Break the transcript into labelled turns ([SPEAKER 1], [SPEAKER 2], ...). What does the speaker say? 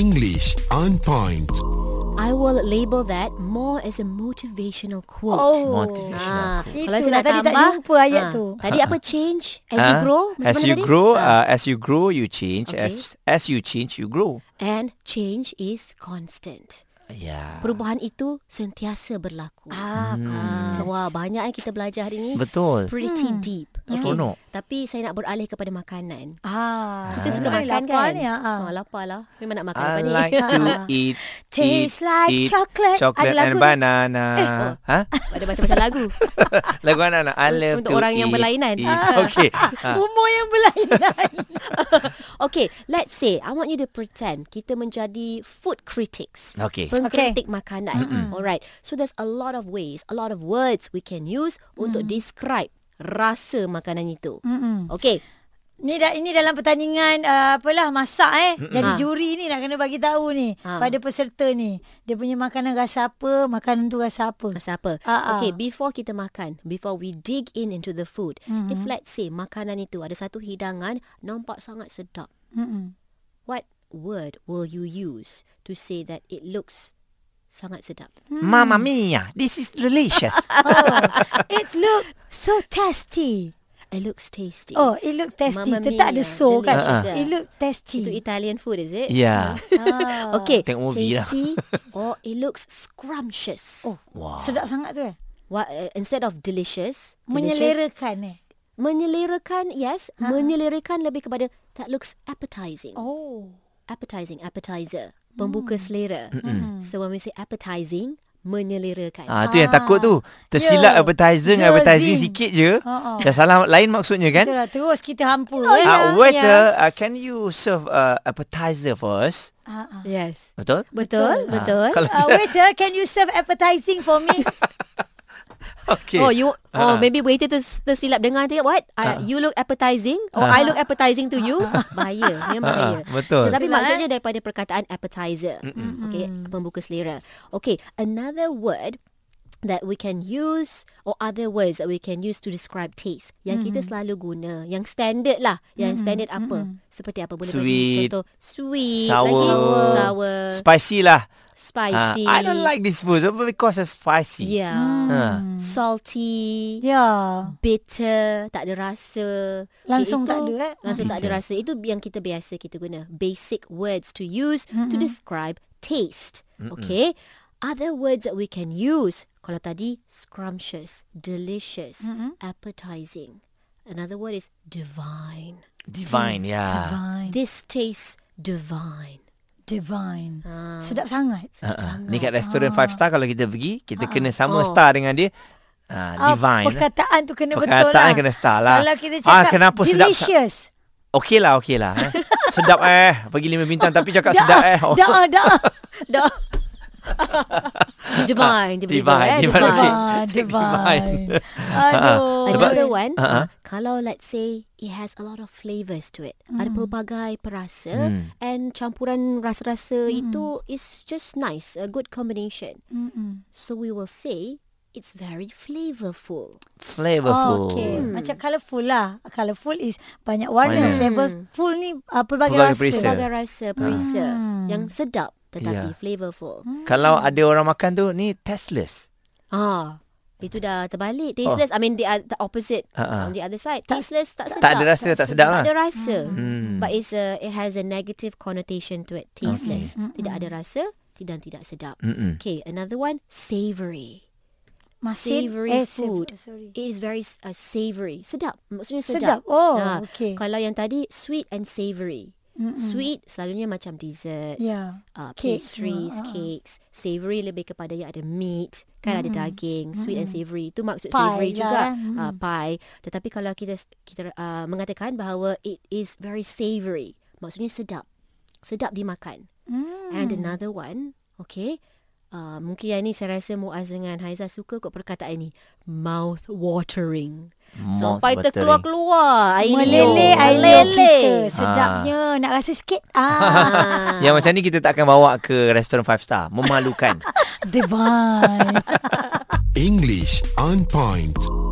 [SPEAKER 1] Fresh, on point.
[SPEAKER 2] I will label that more as a motivational quote.
[SPEAKER 3] Oh.
[SPEAKER 2] Ah, kalau
[SPEAKER 4] Motivational.
[SPEAKER 2] saya
[SPEAKER 3] Itulah,
[SPEAKER 2] nak
[SPEAKER 3] tadi tak
[SPEAKER 2] tambah
[SPEAKER 3] jumpa ayat
[SPEAKER 2] ah,
[SPEAKER 3] tu.
[SPEAKER 2] Tadi apa change as you
[SPEAKER 4] Ah,
[SPEAKER 2] grow? Macam
[SPEAKER 4] as
[SPEAKER 2] mana
[SPEAKER 4] you
[SPEAKER 2] tadi?
[SPEAKER 4] grow,
[SPEAKER 2] Ah,
[SPEAKER 4] uh, as you grow, you change.
[SPEAKER 2] Okay.
[SPEAKER 4] As as you change, you grow.
[SPEAKER 2] and change is constant.
[SPEAKER 4] Yeah.
[SPEAKER 2] Perubahan itu sentiasa berlaku.
[SPEAKER 3] Ah,
[SPEAKER 2] Ah, wah, banyak yang kita belajar hari ni.
[SPEAKER 4] Betul.
[SPEAKER 2] Pretty
[SPEAKER 3] Hmm.
[SPEAKER 2] deep.
[SPEAKER 4] Seronok.
[SPEAKER 2] Tapi saya nak beralih kepada makanan.
[SPEAKER 3] Ah,
[SPEAKER 2] Kita suka
[SPEAKER 3] Sebenarnya
[SPEAKER 2] makan
[SPEAKER 3] lapar
[SPEAKER 2] kan?
[SPEAKER 3] ni, ah, ah.
[SPEAKER 2] Oh, lapar lah. Memang nak makan apa
[SPEAKER 4] I
[SPEAKER 2] ni?
[SPEAKER 4] like to eat.
[SPEAKER 3] Tastes
[SPEAKER 4] eat,
[SPEAKER 3] like
[SPEAKER 4] eat
[SPEAKER 3] chocolate.
[SPEAKER 4] Chocolate
[SPEAKER 3] Ada
[SPEAKER 4] and
[SPEAKER 3] lagu tu.
[SPEAKER 4] banana.
[SPEAKER 2] Eh,
[SPEAKER 4] Huh?
[SPEAKER 2] Ada macam-macam lagu.
[SPEAKER 4] Lagu anak-anak.
[SPEAKER 2] oh.
[SPEAKER 4] I
[SPEAKER 2] Untuk-
[SPEAKER 4] love
[SPEAKER 2] untuk
[SPEAKER 4] to
[SPEAKER 2] orang yang
[SPEAKER 4] eat,
[SPEAKER 2] berlainan.
[SPEAKER 4] Eat. Okay. Ah.
[SPEAKER 3] Umur yang berlainan.
[SPEAKER 2] Okay, let's say I want you to pretend kita menjadi food critics.
[SPEAKER 4] Okay.
[SPEAKER 2] Pengkritik makanan. Alright. So there's a lot of ways, a lot of words we can use
[SPEAKER 3] Mm.
[SPEAKER 2] untuk describe rasa makanan itu. Mm-mm. Okay.
[SPEAKER 3] Ni dah ini dalam pertandingan uh, apalah masak eh. Mm-mm. Jadi
[SPEAKER 2] Ah.
[SPEAKER 3] juri ni nak kena bagi tahu ni
[SPEAKER 2] Ah.
[SPEAKER 3] pada peserta ni. Dia punya makanan rasa apa, makanan tu rasa apa.
[SPEAKER 2] Rasa apa?
[SPEAKER 3] Ah, ah.
[SPEAKER 2] Okay, before kita makan, before we dig in into the food,
[SPEAKER 3] Mm-hmm.
[SPEAKER 2] if let's say makanan itu ada satu hidangan nampak sangat sedap,
[SPEAKER 3] Mm-mm.
[SPEAKER 2] what word will you use to say that it looks sangat sedap?
[SPEAKER 4] Mamma mia. This is delicious.
[SPEAKER 2] Eh.
[SPEAKER 3] Oh, it look so tasty.
[SPEAKER 2] It looks tasty.
[SPEAKER 3] Oh, it look tasty.
[SPEAKER 2] Mamma
[SPEAKER 3] Tetap ada
[SPEAKER 2] mia,
[SPEAKER 3] so kan.
[SPEAKER 2] delicious,
[SPEAKER 3] Uh-huh.
[SPEAKER 2] yeah.
[SPEAKER 3] It look tasty.
[SPEAKER 2] Itu Italian food, is it?
[SPEAKER 4] yeah.
[SPEAKER 3] ah.
[SPEAKER 2] Okay,
[SPEAKER 4] Tengok movie lah.
[SPEAKER 2] tasty or it looks scrumptious.
[SPEAKER 3] Oh, wow. sedap sangat tu eh.
[SPEAKER 2] What, uh, instead of delicious, delicious-
[SPEAKER 3] Menyelerakan eh.
[SPEAKER 2] menyelerakan, yes, menyelerakan lebih kepada that looks appetizing.
[SPEAKER 3] Oh.
[SPEAKER 2] Appetizing, appetizer, pembuka selera. So when we say appetizing, menyelerakan.
[SPEAKER 4] Ah, tu yang takut tu.
[SPEAKER 3] Ya.
[SPEAKER 4] Tersilap
[SPEAKER 3] Ya,
[SPEAKER 4] appetizer dengan appetizer
[SPEAKER 3] Zin.
[SPEAKER 4] sikit je.
[SPEAKER 3] Ha-ha.
[SPEAKER 4] Dah salah lain maksudnya kan?
[SPEAKER 3] Itulah lah, terus kita hampa eh.
[SPEAKER 4] Ah,
[SPEAKER 3] Ya.
[SPEAKER 4] waiter, uh, can you serve uh, appetizer for us?
[SPEAKER 3] Ah, ah.
[SPEAKER 2] Yes.
[SPEAKER 4] Betul?
[SPEAKER 2] Betul, betul.
[SPEAKER 4] Kalau
[SPEAKER 3] Uh, waiter, can you serve appetizing for me?
[SPEAKER 4] okay.
[SPEAKER 2] Oh you oh
[SPEAKER 4] Ah.
[SPEAKER 2] maybe waiter tu tersilap dengar tengok what I, you look appetizing or I look appetizing to you bahaya memang
[SPEAKER 4] Ah,
[SPEAKER 2] bahaya
[SPEAKER 4] betul.
[SPEAKER 2] tetapi
[SPEAKER 3] Betul lah,
[SPEAKER 2] maksudnya daripada perkataan appetizer okay pembuka selera okay another word that we can use or other words that we can use to describe taste yang kita selalu guna yang standard lah yang standard apa seperti apa boleh bagi
[SPEAKER 4] Sweet.
[SPEAKER 2] contoh sweet
[SPEAKER 4] Sour.
[SPEAKER 2] lagi sour
[SPEAKER 4] Spicy lah. Ah,
[SPEAKER 2] spicy
[SPEAKER 4] I don't like this food because it's spicy.
[SPEAKER 2] yeah Mm.
[SPEAKER 4] Ah.
[SPEAKER 2] salty
[SPEAKER 3] ya.
[SPEAKER 2] bitter, tak ada rasa.
[SPEAKER 3] Langsung
[SPEAKER 2] Itu-
[SPEAKER 3] tak ada, eh?
[SPEAKER 2] Langsung tak ada rasa. Itu yang kita biasa kita guna. Basic words to use mm-hmm. to describe taste. Mm-hmm. Okay. Other words that we can use. Kalau tadi scrumptious, delicious, mm-hmm. appetizing. Another word is divine.
[SPEAKER 4] Divine, yeah.
[SPEAKER 3] Divine.
[SPEAKER 2] This tastes divine.
[SPEAKER 3] Divine.
[SPEAKER 2] Ah.
[SPEAKER 3] Sedap sangat.
[SPEAKER 2] Sedap
[SPEAKER 4] Ah,
[SPEAKER 2] sangat.
[SPEAKER 4] Ni kat restoran 5 star kalau kita pergi, kita kena
[SPEAKER 2] Oh.
[SPEAKER 4] sama star dengan dia.
[SPEAKER 3] Ah,
[SPEAKER 4] Ah, divine. lah.
[SPEAKER 3] Perkataan tu kena betul lah.
[SPEAKER 4] Perkataan kena star lah.
[SPEAKER 3] Kalau kita
[SPEAKER 4] Ah,
[SPEAKER 3] cakap
[SPEAKER 4] kenapa sedap-
[SPEAKER 3] delicious.
[SPEAKER 4] Okey lah, okey lah. eh. sedap eh. Pergi 5 bintang tapi cakap sedap eh. Oh.
[SPEAKER 3] Dah, dah.
[SPEAKER 2] Dah. divine, dia
[SPEAKER 4] Divine,
[SPEAKER 2] divine, eh?
[SPEAKER 4] divine, okay.
[SPEAKER 2] divine.
[SPEAKER 3] Divine. Ah, Divine.
[SPEAKER 4] Take divine. Ah,
[SPEAKER 3] Aduh.
[SPEAKER 2] Oh, Another one, uh-huh. kalau let's say it has a lot of flavours to it. Ada pelbagai perasa and campuran rasa-rasa itu is just nice, a good combination.
[SPEAKER 3] Mm-mm.
[SPEAKER 2] So we will say it's very flavourful.
[SPEAKER 4] Flavorful.
[SPEAKER 3] Okay.
[SPEAKER 2] Hmm.
[SPEAKER 3] Macam colourful lah. Colourful is banyak warna.
[SPEAKER 4] Warna.
[SPEAKER 3] Flavorful ni uh, pelbagai,
[SPEAKER 4] Pelbagai
[SPEAKER 3] rasa.
[SPEAKER 4] perisa.
[SPEAKER 2] Pelbagai rasa, perisa yang sedap tetapi
[SPEAKER 4] Yeah.
[SPEAKER 2] flavourful.
[SPEAKER 4] Kalau ada orang makan tu, ni tasteless.
[SPEAKER 2] Ah, itu dah terbalik. Tasteless. I mean the, oth- the opposite
[SPEAKER 4] Ah, ah.
[SPEAKER 2] on the other side. Tasteless tak sedap.
[SPEAKER 4] Tak ada rasa, tak sedap
[SPEAKER 2] Tak
[SPEAKER 4] lah.
[SPEAKER 2] ada rasa. But it's a it has a negative connotation to it. Tasteless. Tidak ada rasa tidak tidak sedap.
[SPEAKER 4] Mm-mm.
[SPEAKER 2] Okay, another one savory.
[SPEAKER 3] Masin-
[SPEAKER 2] Savoury
[SPEAKER 3] eh,
[SPEAKER 2] food.
[SPEAKER 3] sav- sorry.
[SPEAKER 2] It is very uh, savory. Sedap. Maksudnya
[SPEAKER 3] Sedap.
[SPEAKER 2] sedap. Ah, Ha.
[SPEAKER 3] Oh, okay.
[SPEAKER 2] Kalau yang tadi sweet and savory. Mm-mm. Sweet selalunya macam desserts,
[SPEAKER 3] Yeah.
[SPEAKER 2] uh,
[SPEAKER 3] Cakes
[SPEAKER 2] pastries,
[SPEAKER 3] semua, ah.
[SPEAKER 2] cakes. Savory lebih kepada yang ada meat, kan ada daging. Sweet and savory itu maksud
[SPEAKER 3] Pie
[SPEAKER 2] savory
[SPEAKER 3] lah,
[SPEAKER 2] juga,
[SPEAKER 3] eh. Mm.
[SPEAKER 2] uh, pie. Tetapi kalau kita kita uh, mengatakan bahawa it is very savory, maksudnya sedap, sedap dimakan.
[SPEAKER 3] Hmm.
[SPEAKER 2] And another one, okay. Uh, mungkin yang ni saya rasa Muaz dengan Haiza suka kot perkataan ni. Mouth watering.
[SPEAKER 4] Mouth
[SPEAKER 2] Sampai
[SPEAKER 4] watering.
[SPEAKER 2] terkeluar-keluar. Air
[SPEAKER 3] Meleleh
[SPEAKER 2] liur.
[SPEAKER 3] air liur
[SPEAKER 2] Meleleh.
[SPEAKER 3] kita. Sedapnya. Nak rasa sikit. Ah.
[SPEAKER 2] Ah.
[SPEAKER 4] Yang Ya, macam ni kita tak akan bawa ke restoran 5 star. Memalukan.
[SPEAKER 3] Divine.
[SPEAKER 1] English on point.